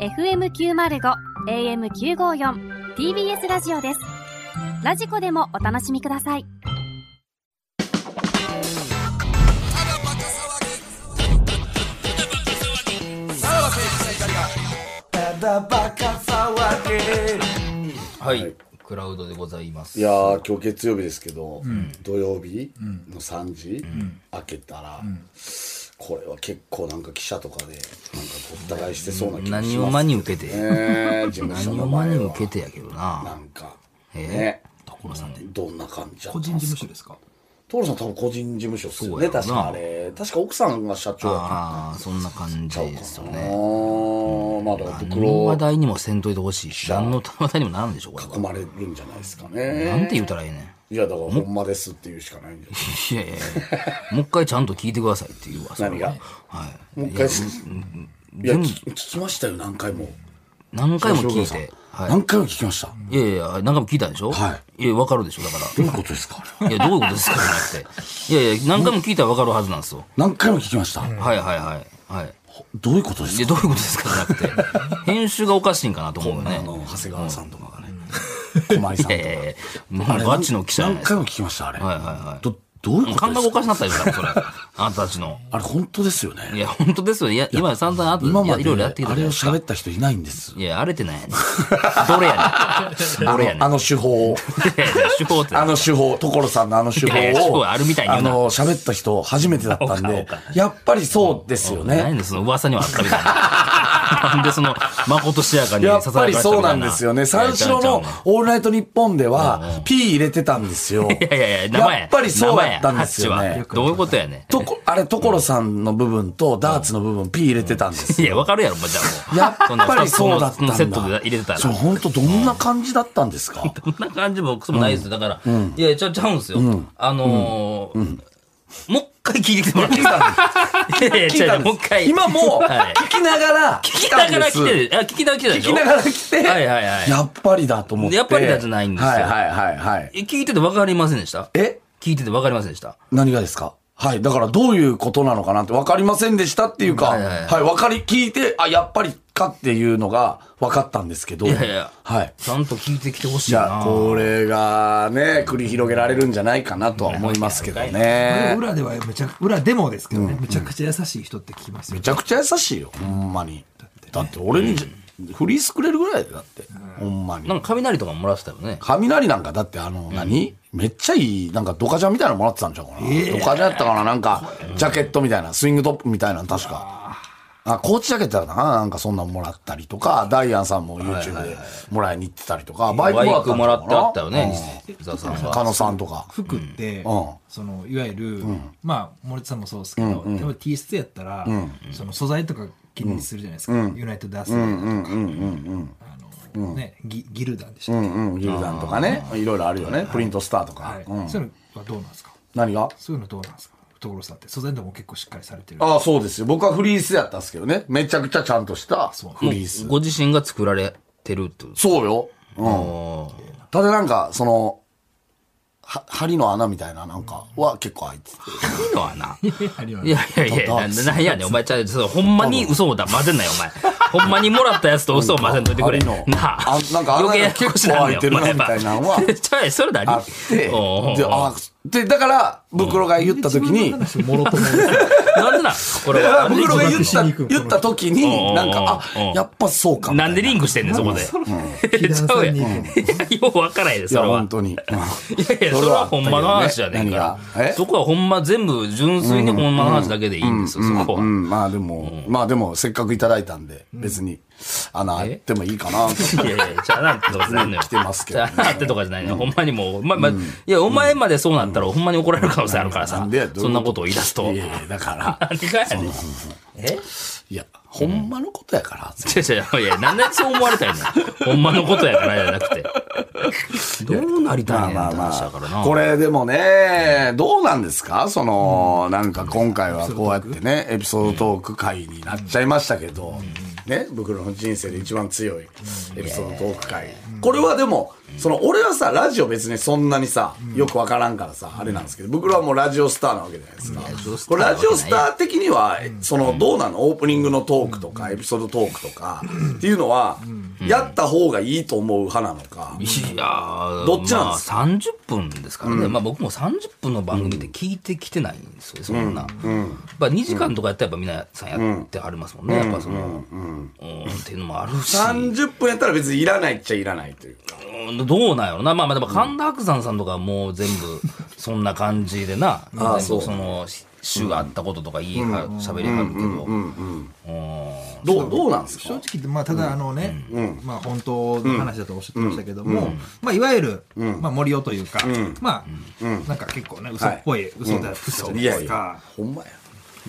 FM905 AM954 TBS ラジオですラジコでもお楽しみくださいはい、クラウドでございますいやー今日月曜日ですけど、土曜日の3時、開けたら、これは結構なんか記者とかでなんかごった返してそうな気がし何をま真すに受けてね事務所何のを真前には受けてやけどななんかえね所さんってどんな感じだった個ん人で事すか務所ですか所さん多分個人事務所っすよそうやねろな確かあれ確か奥さんが社長やったああそんな感じですよあねーまあだから何の話袋題にもせんといてほしいし何の話題にもならんでしょこれ囲まれるんじゃないですかはなんねて言うたらええねん いやだからほんまですっていうしかないんじゃないいやいやいやもう一回ちゃんと聞いてくださいって言うわそれは何がはいもう一回いや全部聞聞きましたよ何回も何回も聞い東て野さんは何回も聞きましたどいいやいや何回も聞いたでしょはいやわかるでしょだかういうことですかあれらいやどういうことですかじゃなくていやいや何回も聞いたらわかるはずなんですよ何回も聞きましたはいはいはいはいどういうことでいや、どういうことですかじゃなくて、編集がおかしいんかなと思うよねあ。の長谷川さんとかがね駒井さんとかええもうガチの記者じゃない何ですか。回も聞きましたあれはいはいはいどどういうこと感で覚すおかかしなったでしょ、そ れ。あなたたちの。あれ本当ですよいねや、本当ですよ。いや、今散々あと、今いやまいでろいろやってきあたじれゃをん。喋った人いないんですいや、荒れてないやねん。どれや ねん。どれやねん。あの 手法をいやいや手法って。あの手法、所さんのあの手いやいや手法法を、あるみたいに言うなの、喋った人初めてだったんで、やっぱりそうですよ何ね。でその噂にはあったみたい な。なんでその、まことしやかに刺やっさぱれりかしたみたいなそうなんですよね。三四郎のオールナイトニッポンでは、P 入れてたんですよ。 いやいやいや、生や。やっぱりそうやったんですよね生やハッチはどういうことやねん。とこ、あれ、所さんの部分とダーツの部分、P 入れてた んですいよ。や、わかるやろ、もうじゃあもう。やっぱりそうだったんのだ。セットで入れてたら。そう、こ本当どんな感じだったんですか んな感じもクソもないですよ。だから、いや、ちゃちゃうんですよ。あのー、もう一回聞いてきてもらっていいです かいやいや、聞いちたゃんうでもうす一回。今もう、はい聞きながら、聞きながら来てる。あ、聞きながら来てたで聞しょきながら来て、はいはいはいやっぱりだと思って。やっぱりだじゃないんですよはいはいはいはい。え聞いててわかりませんでしたえ聞いててわかりませんでした何がですかはい。だからどういうことなのかなって分かりませんでしたっていうか、ははいいはいはい分かり、聞いて、あ、やっぱりかっていうのが分かったんですけど。いやいやはい。ちゃんと聞いてきてほしいじゃなあ、。これがね、繰り広げられるんじゃないかなとは思いますけどね。裏ではめちゃ裏でもですけどね、めちゃくちゃ優しい人って聞きますよめちゃくちゃ優しいよ、ほんまに。だって俺にじゃ、フリースくれるぐらいだよだって、ほんまにな。んか雷とかもらってたよね。雷なんかだってあの何、めっちゃいいなんかドカジャンみたいなのもらってたんちゃうかな、ドカジャンやったかななんかジャケットみたいなスイングトップみたいなの確かあコーチジャケットだったかななんかそんなんもらったりとかダイアンさんも YouTube でもらいに行ってたりとか、バイバイククももららっっててあっあったたよのかなね、西澤さんうんが。狩野さんとか服って、んそのいわゆる、まあ森田さんもそうですけど、でも T シャツやったら、その素材とか気にするじゃないですか、ユナイトダースとか、あのねギギルダンでしたっけ、うんギルダンとかねいろいろあるよねプリントスターとか、はいうんそういうのはどうなんですか何がそういうのどうなんですか所さんって素材とかも結構しっかりされてるああそうですよ僕はフリースやったんですけどねめちゃくちゃちゃんとしたうフリースご自身が作られてるってことですそうよ、うん、かただなんか、その、は、針の穴みたいななんかは結構開いてて。いいのはな。 あるよいやいやいや、ななんやねん、お前ちゃうそのほんまに嘘をだ、混ぜんなよ、お前。ほんまにもらったやつと嘘を混ぜんといてくれ。あのなああなんか穴が余計ややこしなんだよ結構開いてるなお前みたいなのは ちゃうやんそれ何あって、おうおうで、あ、で、だから、袋が言った時に、もろともなんでな、これだ からは。袋が言っしにた、行く言った時うんに、なんか、うんあ、やっぱそうかみた。ないんでリンクしてんねん、そこで。でちゃうやん。い避や難さん にようわからへんで、 いそや、れは本。当に。いやいや、それはほんまの話じゃねえか何がら。えそこはほんま全部純粋にほんまの話だけでいいんですよ、そこうは。ん、まあでも、まあでも、せっかくいただいたんで、別に、穴開いてもいいかないと。やいや、チャランってとかじゃないのよ。来てますけどねチャランってとかじゃないのよ。ほんまにもう、ま、ま、いや、お前までそうなったら、ほんまに怒られる可能性あるからなさんでやどういう。ことそんなことを言い出すとい。やいや、だから、何がやねん。えいや、ほんまのことやから、違う違う、いや、なんでそう思われたいねん。ほんまのことやからじゃなくて。どうなりたいねんって話だからな。これでもね、どうなんですかその、なんか今回はこうやってね、エピソードトーク会になっちゃいましたけど、ね、僕の人生で一番強いエピソードトーク会。これはでも、その、俺はさ、ラジオ別にそんなにさ、よくわからんからさ、あれなんですけど、僕らはもうラジオスターなわけじゃないですか。これラジオスター的には、その、どうなのオープニングのトークとか、エピソードトークとか、っていうのは、やった方がいいと思う派なのか。いやーどっちなんですまあ、30分ですからね、まあ、僕も30分の番組って聞いてきてないんですよ、そんな、やっぱ2時間とかやったらやっぱ皆さんやってはりますもんね、やっぱその、うんっていうのもあるし30分やったら別にいらないっちゃいらないというか。うんどうなんやろなまあまあでも神田伯山さんとかもう全部そんな感じでな全ああ部そそうのし週あったこととか言いは喋りはるけどうんどう、どうなんです正か直言って、まあ、ただ、あのね、まあ、本当の話だとおっしゃってましたけども、まあ、いわゆる、まあ、森尾というか、まあ、なんか結構ね、嘘っぽい、嘘だ、嘘いやでいやすか。、ほんまや。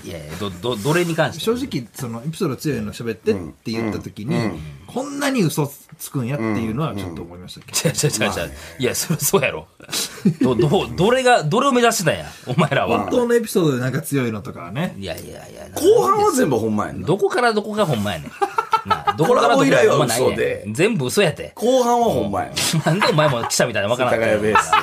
いやいやどどどれに関して正直、その、エピソード強いの喋ってって言った時に、こんなに嘘つくんやっていうのはちょっと思いましたけど。ちゃちゃちゃちゃいやそれそうやろどどどれがどれを目指してたんやお前らは本当のエピソードでなんか強いのとかはね。いやいやいや後半は全部ほんまやんな。どこからどこがほんまやねんなあどこからどこコラボ依が頼はほんまない嘘でねん全部嘘やて後半はほんまやん。なんでお前も記者みたいなのわからん高の屋ベースこ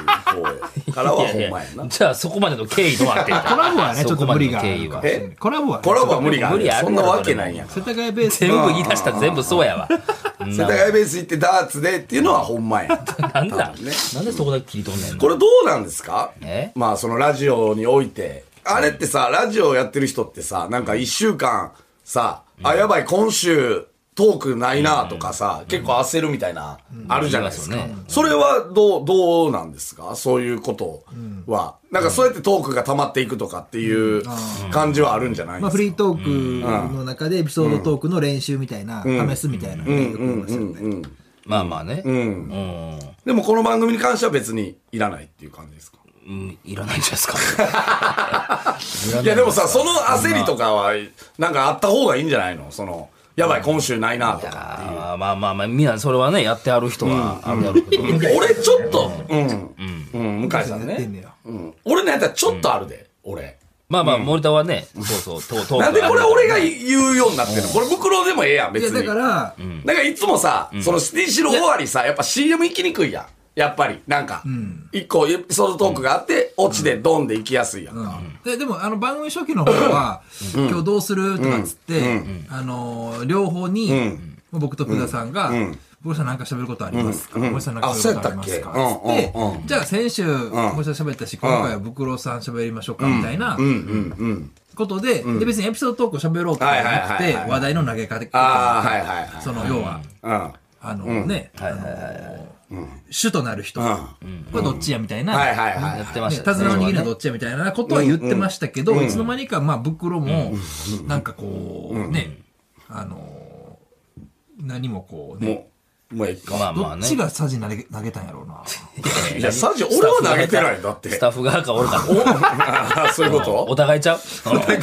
うやからはほんまやいなやいや。じゃあそこまでの経緯どうなってんのコラボはね、ちょっと無理があるかもしれないえコラボはね、コラボは無理があ無理る。あるそんなわけないんやか世ら。田谷ベース全の部言い出したら全部そうやわ。世田谷ベース行ってダーツでっていうのはほんまや。なんだ、なんでそこだけ切り取んねんのこれどうなんですかえまあそのラジオにおいて。あれってさ、ラジオやってる人ってさ、なんか一週間さ、あ、やばい、今週トークないなとかさ、結構焦るみたいな、あるじゃないですか言いますよね。それはどう、どうなんですかそういうことは。なんかそうやってトークが溜まっていくとかっていう感じはあるんじゃないでまあ、すフかリートークの中でエピソードトークの練習みたいな、試すみたいなのねよくありますよね。まあまあね。うん。でもこの番組に関しては別にいらないっていう感じですかうんいらないんじゃないですか。いやでもさ、その焦りとかは、なんかあった方がいいんじゃないのその、やばい、今週ないなとか。あーまあまあまあ、みんなそれはね、やってはる人はあるやろうけど。俺ちょっと、うん、うん、向井さんやってんね。ねや。うん、俺のやったらちょっとあるで、俺。まあまあ、森田はね、そうそう、とトークなんでこれ俺がある言うようになってるのこれ袋でもええやん、い別や、に。だから、なんかいつもさ、そのシティシロ終わりさ、やっぱ CM 行きにくいやん。やっぱり、なんか、一個エピソードトークがあって、オチでドンで行きやすいやんか。ででもあの番組初期の方は「今日どうする?」とかっつって、あのー両方に、僕と福田さんが「森、さんなんか喋ることありますか?」森、さんなんか喋ることありますか?」あそうやっつたっっけて、うんうんうんじゃあ先週森、さん喋ったし今回はブクロさん喋りましょうか」みたいな。ことで,、で別にエピソードトークを喋ろうとかじゃなくはいはいてはいはい話題の投げ方とああ、かはいはいはい。その要は、うん。あのね、あの主となる人、はどっちやみたいな、はいはいはいやはいっ。てまね、し手た綱の握りはね。どっちやみたいなことは言ってましたけど、いつの間にか、まあ、袋も、なんかこう、ね、あのー、何もこうね、もう、もうええか。まあどまあっね。ちがサジ投げ投げたんやろうな。いや、サジ、俺は投げてないんだって。スタッフ側か俺か。あ あそういうことお互いちゃうお互い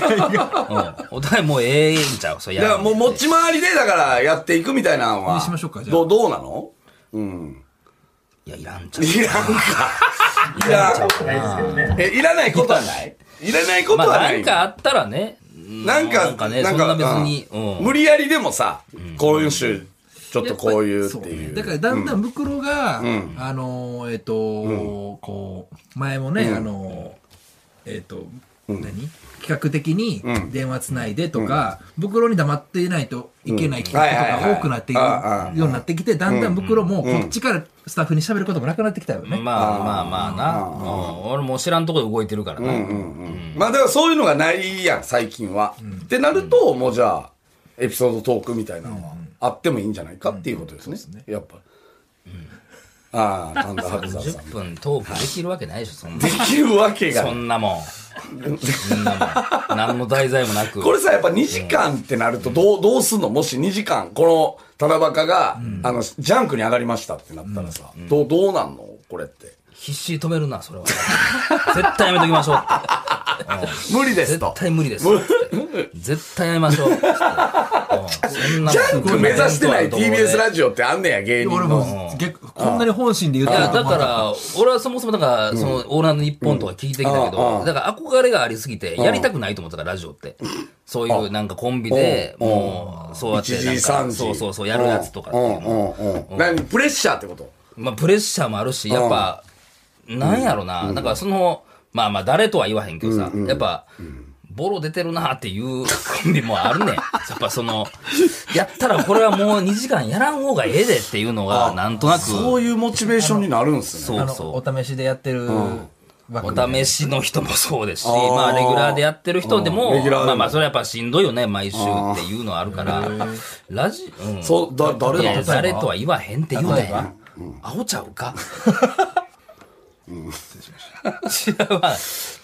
お互いもうええんちゃうそれいや、もう持ち回りで、だから、やっていくみたいなのは。にしましょうかじゃあどう、どうなのうん。いや、いらんちゃういらんか。いらん。え、いらないことはないいらないことまはあ、な。ないんかあったらね。なんか、なんかね、そんな別に。ううんん無理やりでもさ、今週、ちょっとこういうっていやっぱりそうう。だからだんだん袋が、あのー、えっ、とこう、前もね、あのー、えっ、と、何企画的に電話つないでとか、袋に黙っていないといけない企画とはいはいはかい多くなっていくああようになってきて、だんだん袋もこっちからスタッフに喋ることもなくなってきたよまね。あまあまあな。うん俺も知らんとこで動いてるからな。まあだからそういうのがないやん、最近は。ってなると、もうじゃあ、エピソードトークみたいなのはあってもいいんじゃないかっていうことですね。やっぱ。ああ、神田 伯山さん10 。分トークできるわけないでしょ、そんなで。きるわけがなそい。んな もん。そんなもん。何の題材もなく。これさ、やっぱ2時間ってなると、どう、どうすんのもし2時間、この、ただバカが、あの、ジャンクに上がりましたってなったらさ、どう、どうなんのこれって。必死に止めるな、それは。絶対やめときましょうって。 無理ですと絶。対無 理です。絶対やめましょう。うんそんなジャンク目指してない TBS ララジオってあんねや、芸人俺の。も逆、こんなに本心で言っいてや、だたと思わか、なから俺はそもそも、だから、その、オーラの日本とか聞いてきたけうんあどあ、だから憧れがありすぎて、やりたくないと思ってたから、ラジオって。そういう、なんかコンビで、うんもう、そうやって一、な時ん三か、時そうそうそう、やるやつとかってういうんのうんうんうん何プレッシャーってことまあ、プレッシャーもあるし、やっぱ、なんやろな、なんかその、まあまあ、誰とは言わへんけどさ、やっぱ、ボロ出てるなっていうコンビもあ るねん。やっぱその、やったらこれはもう2時間やらん方がええでっていうのが、なんとなく、そういうモチベーションになるんですねそうあのそう。お試しでやってる番組お試しの人もそうですし、あーまあ、レギュラーでやってる人でも、うんレギュラーでもまあまあ、それはやっぱしんどいよね、毎週っていうのはあるから、ラジ、うん。そうだ誰いやなんいやですか誰とは言わへんって言う例えねばん。アホちゃう か違うわ。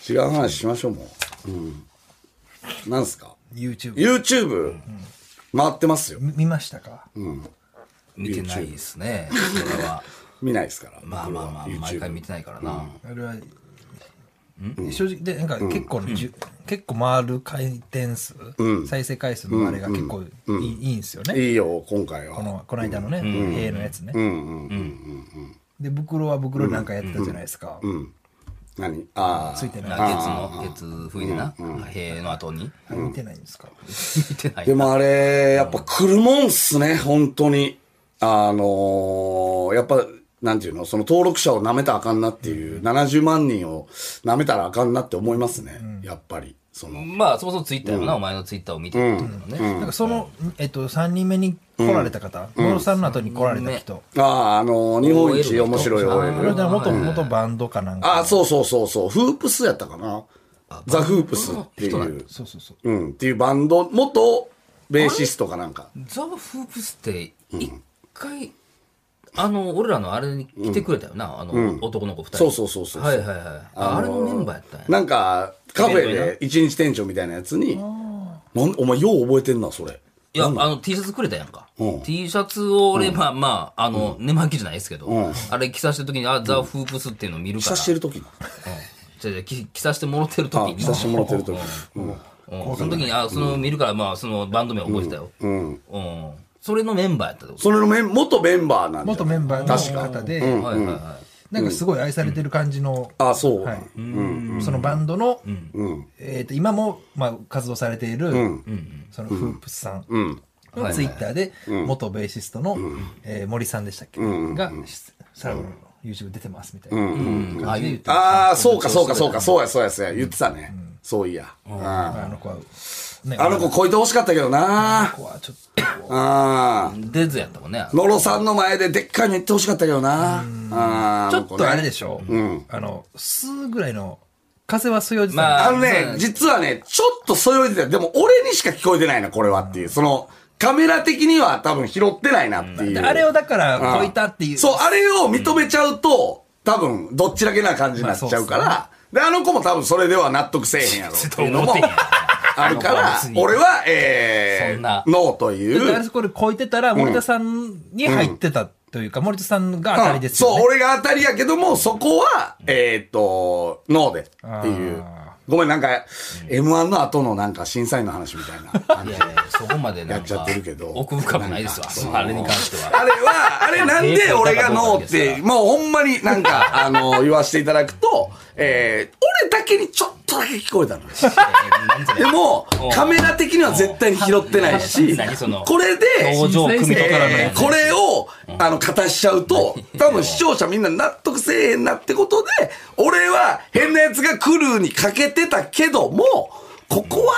違う話しましょうもううんなんすか YouTube YouTube 回ってますよみ見ましたか見てないですね。それは。見ないですからまあまあまあ、毎回見てないからな。あれは正直でなんか結構じゅ、結構回る回転数、再生回数のあれが結構いい,、いいんですよねいいよ今回こはのこの間のね、A のやつね、で袋は袋なんかやってたじゃないですか、何あついてななんいか月の、月冬でな、塀の後 に。あれ見てないんですか、見てなあでい。もあれやっぱ来るもんっすね本当にあのーやっぱなんていうのその登録者を舐めたらあかんなっていう、70万人を舐めたらあかんなって思いますね、やっぱりそのまあ、そもそもツイッターやな、お前のツイッターを見てるっていうのもね。なんかその、えっと、3人目に来られた方野呂、さんの後に来られた人、あああのー日本一面白い OL うんこれで元元バンドかなんかあ、そうそうそうそう。フープスやったかな。ザ・フープスっていう、そうそうそううん、っていうバンド、元ベーシストかなんか。ザ・フープスって、一回、あの、俺らのあれに来てくれたよな、あの、男の子二人。そうそうそうそうはいはいはい。ああれのメンバーやったんや。なんか、カフェで一日店長みたいなやつに、なんお前よう覚えてんな、それ。いや、あの、T シャツくれたやんかうん。 T シャツを俺、まあまあ、あの、寝巻きじゃないですけどん、あれ着させてる時に、あ、ザ・フープスっていうの見る着かさら。してる時な。じゃあじゃあ着着させてもろてるあ時に。着さしてもらってる時。うん。うんその時に、あ、その見るから、まあ、そのバンド名覚えてたよ。うん。それのメンバーやったってことそれのメン、元メンバーなんじゃ元メンバーの方で、はいはいはなんかすごい愛されてる感じの、あ、そう。はいそのバンドの、えー、と今も、まあ、活動されている、そのフープスさんのツイッターで元ベーシストの、えー森さんでしたっけ、がサラブの YouTube 出てますみたいな、い。ああいう、ああ、そうか、そうか、そうか、そうや、そうや、そうや。言ってたね。そういや。うんああの子は、ね、の子超えてほしかったけどな。子はちょっとああ。デズやったもんね。野呂さんの前ででっかいの言ってほしかったけどな。あーちょっとあれでししょ、あのすぐらいの風はそよじさん、まあそうのねだ、ね実はね、ちょっとそよいでた。でも俺にしか聞こえてないな、これはっていう。その、カメラ的には多分拾ってないなっていう。であれをだからう超んえたっていう、そう、あれを認めちゃうと、多分、どっちだけな感じになっちゃうから、まで、あの子も多分それでは納得せえへんやろっていうのもちょっと思ってへんやろあるからあの子は別、に俺は、えそんーな、ノーといだってあうれ。そこで超えてたら森田さんに入ってたというか、森田さんが当たりですよ、ねそう、俺が当たりやけども、そこは、えーっと、ノーでっていうあ。ごめん、なんか、M1 の後のなんか審査員の話みたいな感いじ。やいや、そこまでなやんっちゃかってるけど、奥深くないですわ、そのあれに関しては。あれは、あれなんで俺がノーって、もうほんまにな んか、あの、言わせていただくと、えー、俺だけにちょっとだけ聞こえ たの。でもうん、カメラ的には絶対に拾ってないし何その、これで、表情を汲み取らないえーこれを、あの、形しちゃうと、多分視聴者みんな納得せえへんなってことで、俺は変なやつが来るにかけてたけども、ここは、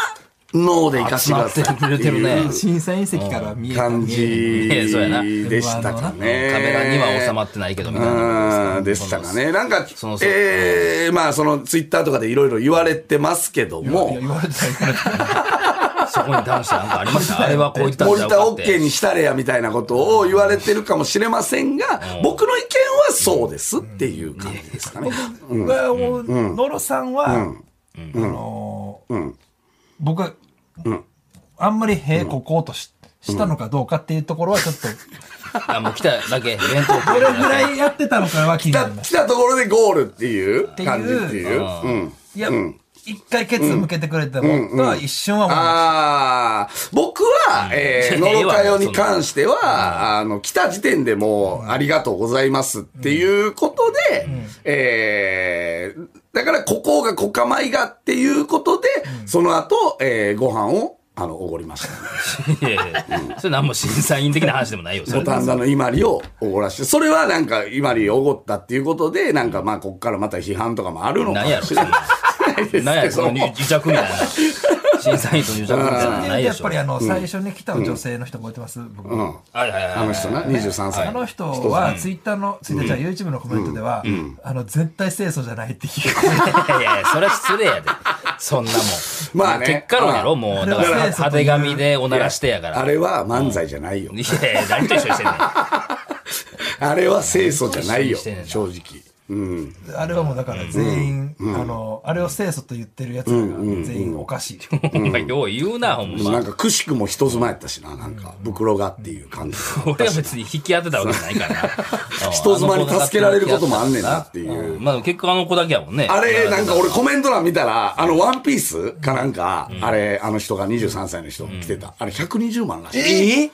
ノーで行かせてくださいって集まってくれてるねいう審査員席から見えた感じええそうやなでしたか ね。カメラには収まってないけど、みたいな。うんでしたかね。なんかその、そうええまあ、その、ツイッターとかでいろいろ言われてますけども、言われてた言われてたそこに関してなんかありま した。あれはこういったん森ちゃう田かって OK にしたれやみたいなことを言われてるかもしれませんが、僕の意見はそうですっていう感じですかね。僕はもう野呂さんは、あのー僕は、あんまりへここうとししたのかどうかっていうところはちょっと、あ、もう来ただけ、弁当ど食れぐらいやってたのかは気になりま来す。たところでゴールっていう感じっていう。あうんーいや、一回ケツ向けてくれたもんが一瞬は思いまああ、僕は、えー、いやのいやろかよに関しては、あの、来た時点でもう、ありがとうございますっていうことで、えー、だから、ここがこかまいがっていうことで、その後、えー、ご飯を、あの、おごりました。いやいやそれ何も審査員的な話でもないよ。そボれ タン座の伊万里をおごらして、それはなんか、伊万里をおごったっていうことで、なんかまあ、こっからまた批判とかもあるのか何やもろ、しそれんないな。ですけども。何やろ、その癒着みたいな。審査員と癒着みたいなのす。ないやでっしぱょり。あの、最初に来た女性の人覚えてます僕うん。はいはいはいはいあの人な、23歳。あの人は、ツイッターの、ツイッターじゃない YouTube のコメントでは、あの、絶対清楚じゃないっていうコメント。いやいや、それは失礼やで。そんなもん。まあね結果論やまろ、あもう。だから、派手紙でおならしてやから。あれは漫才じゃないよ。いやいや、何と一緒にしてんねん。あれは清楚じゃないよ、してんねんな正直。うん。あれはもうだから全員、あの、あれを清楚と言ってるやつらが全員おかしい。お前、よう言うな、ほんなまん。か、くしくも人妻やったしな、なんか、袋がっていう感じ。 俺は別に引き当てたわけじゃないからな。うん人妻に助けられることもあんねんなっていう。まあ結局あの子だけやもんね。あれ、なんか俺コメント欄見たら、あの、ワンピースかなんか、あれ、あの人が23歳の人来てた。あれ、120万らしい。え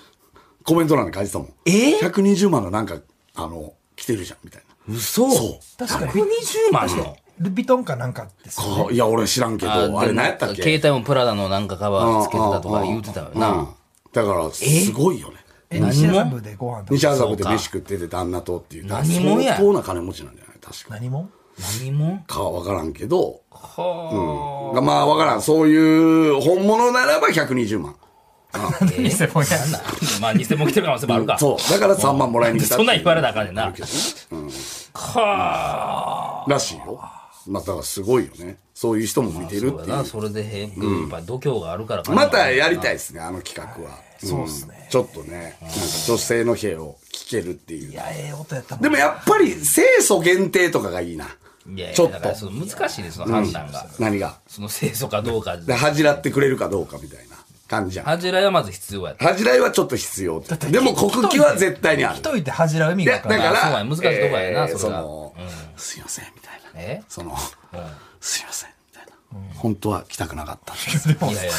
コメント欄に書いてたもん。え ?120 万のなんか、あの、来てるじゃん、みたいな。嘘そう。確かに、 120万の。ルビトンかなんかですよね。かいや、俺知らんけど、あれ何やったっけ携帯もプラダのなんかカバーつけてたとか言うてたようんな。だから、すごいよね。え、西麻布でご飯食べ西た。麻布で飯食ってて旦那とっていう。何者や相当な金持ちなんじゃない確か。何も何もかわからんけど。はがまあわからん。そういう本物ならば120万。偽物やあ。まあ偽物来てる可能性もあるか。そう。だから3万もらいに来たってそいんうなん言われなあかんねんあなるけ。どねはあ。らしいよ。まあだからすごいよね。そういう人も見てそるっうてだいな、う。それでへん。やっぱ度胸があるからかなまたやりたいですね、あの企画は。そうですね。ちょっとね、なんか女性の兵を聞けるっていうい。や、ええ音やったもん。でもやっぱり清楚限定とかがいいな。いやいやちょっとだからその難しいね、その判断が。何が。その清楚かどうか。で、恥じらってくれるかどうかみたいな感じじゃん。恥じらいはまず必要 やった。恥じらいはちょっと必要って。でも国旗は絶対にある。一人で恥じらう意味でがだわかからんないら、そうや難しいとこやなえーそれがの、すいません、みたいな。えその、すいません、みたいな。本当は来たくなかったんです。いやいやいやいや。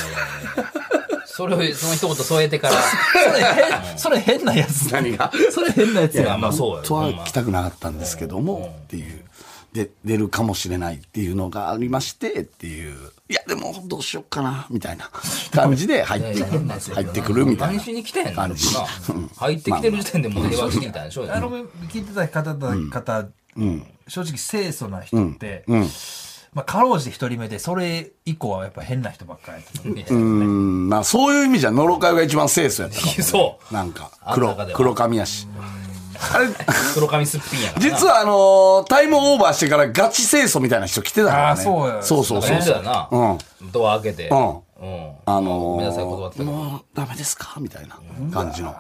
それを、その一言添えてから。 それ変なやつ。何がそれ変なやついや、や。まあそうや本当は来たくなかったんですけども、っていう。で、出るかもしれないっていうのがありまして、っていう。いや、でも、どうしようかな、みたいな感じで入ってくる。入ってくるみた何いなし。に来てんの感じな入ってきてる時点でもう平和してきたんでしょうよあの、聞いてた方だ、方、正直清楚な人って、まあ、かろうじて一人目で、それ以降はやっぱ変な人ばっかりやった。うん、まあ、そういう意味じゃ、のろかよが一番清楚やったかもね、そなんか、あ黒ん中で、は黒髪やし。あれ、う。黒髪すっぴんやからな。実はあのータイムオーバーしてからガチ清楚みたいな人来てたからね。あーそうやそうそなんかうそ言ううてたな。ドア開けて。うんうん。あごのめんなさい、断ってーた。もうダメですかみたいな感じの。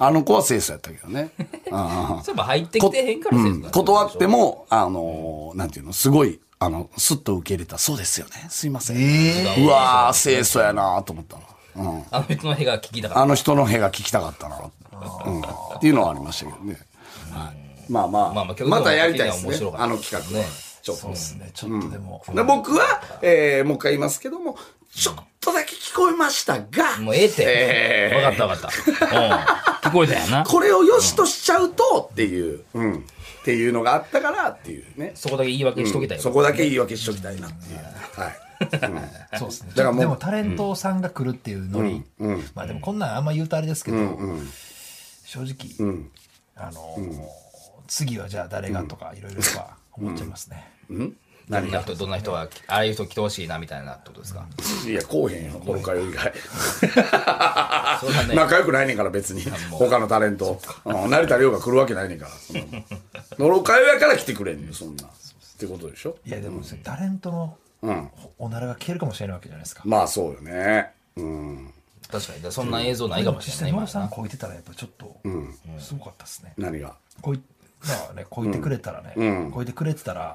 あの子は清楚やったけどね。うんうんうんそういえば入ってきてへんからせいうん断って。も、あのーなんていうの、すごい、あの、スッと受け入れた。そうですよね。すいません。うわー、清楚やなーと思ったな。うん。あの人の部屋が聞きたかあっの人の部が聞きたかったな。うん。っていうのはありましたけどね。はい。まあまあ、まあまあ曲のまたやりたいです面ね白。かあったのですね企画は。ちょっとそうですね、ちょっとでも。で僕は、えー、もう一回言いますけども、ちょっとだけ聞こえましたが、た。もうええって。えーわかったわか った。うん。聞こえたやな。これを良しとしちゃうとっていう、うん、っていうのがあったからっていうね。そこだけ言い訳しときたいよそこだけ言い訳しときたいなっていう。はい。そうですね。だからもうでもタレントさんが来るっていうノリ。まあでもこんなんあんま言うとあれですけど、正直、あのー、次はじゃあ誰がとかいろいろとは思っちゃいますね。どんな人、どんな人が、ああいう人来てほしいな、みたいなってことですか。いや、こうへんよ、他よ以外。それはね、仲良くないねんから別に、他のタレント。うん成田凌が来るわけないねんからそんなもん。のろかよやから来てくれんよ、そんな。ってことでしょいやでもそれタレントのうん。おならが消えるかもしれないわけじゃないですか。まあそうよね。うん。確かに。だからそんな映像ないかもし実れない。際野今呂さんなこいてたらやっぱちょっと、すごかったですね。何が。こい、まあね、こいてくれたらね、こいてくれてたら、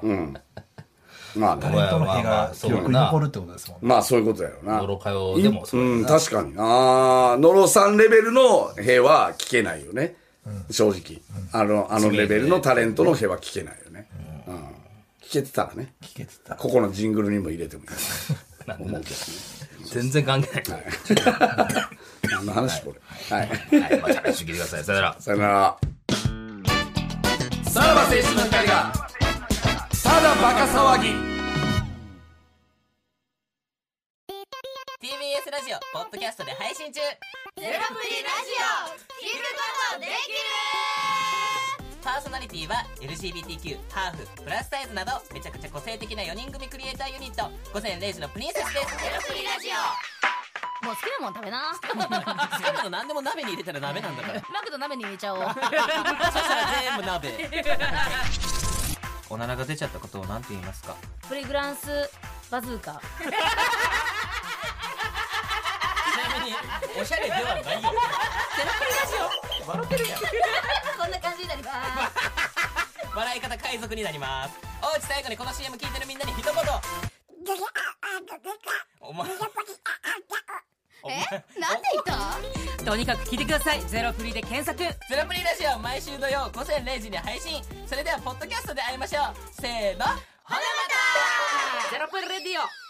まあねタレントの絵が記憶に残るってことですもんね。まあそういうことやろうな。泥かよでもそうやなうん、確かにな。野呂さんレベルの兵は聞けないよね。正直。あの、あのレベルのタレントの兵は聞けないよね。うん。聞けてたらね、聞けてた。ここのジングルにも入れてもいいと思うけ全然関係ない。どね。何の話これ。はい。はい、まあ、チャレンジ聞いてください。さよなら。さよなら。さらば青春の光が、ただバカ騒ぎ。 TBS ラジオポッドキャストで配信中ゼロプリラジオ聞くことできパーソナリティは LGBTQ ハーフプラスサイズなどめちゃくちゃ個性的な4人組クリエイターユニット午前0時のプリンセスですゼロプリラジるもう好きなもん食べなオ好きなの何でも鍋に入れたら鍋なんだから マクド鍋に入れちゃおうそしたら全部鍋おならが出ちゃったことを何て言いますかプリグランスバズーカちなみにおしゃれではないよゼロプリラジオ笑ってるやん こんな感じになります笑い方海賊になりますおうち最後にこの CM 聞いてるみんなに一言お前お前えなんで言ったとにかく聞いてくださいゼロフリで検索ゼロプリラジオ毎週土曜午前0時に配信それではポッドキャストで会いましょうせーのほなまたゼロプリレディオ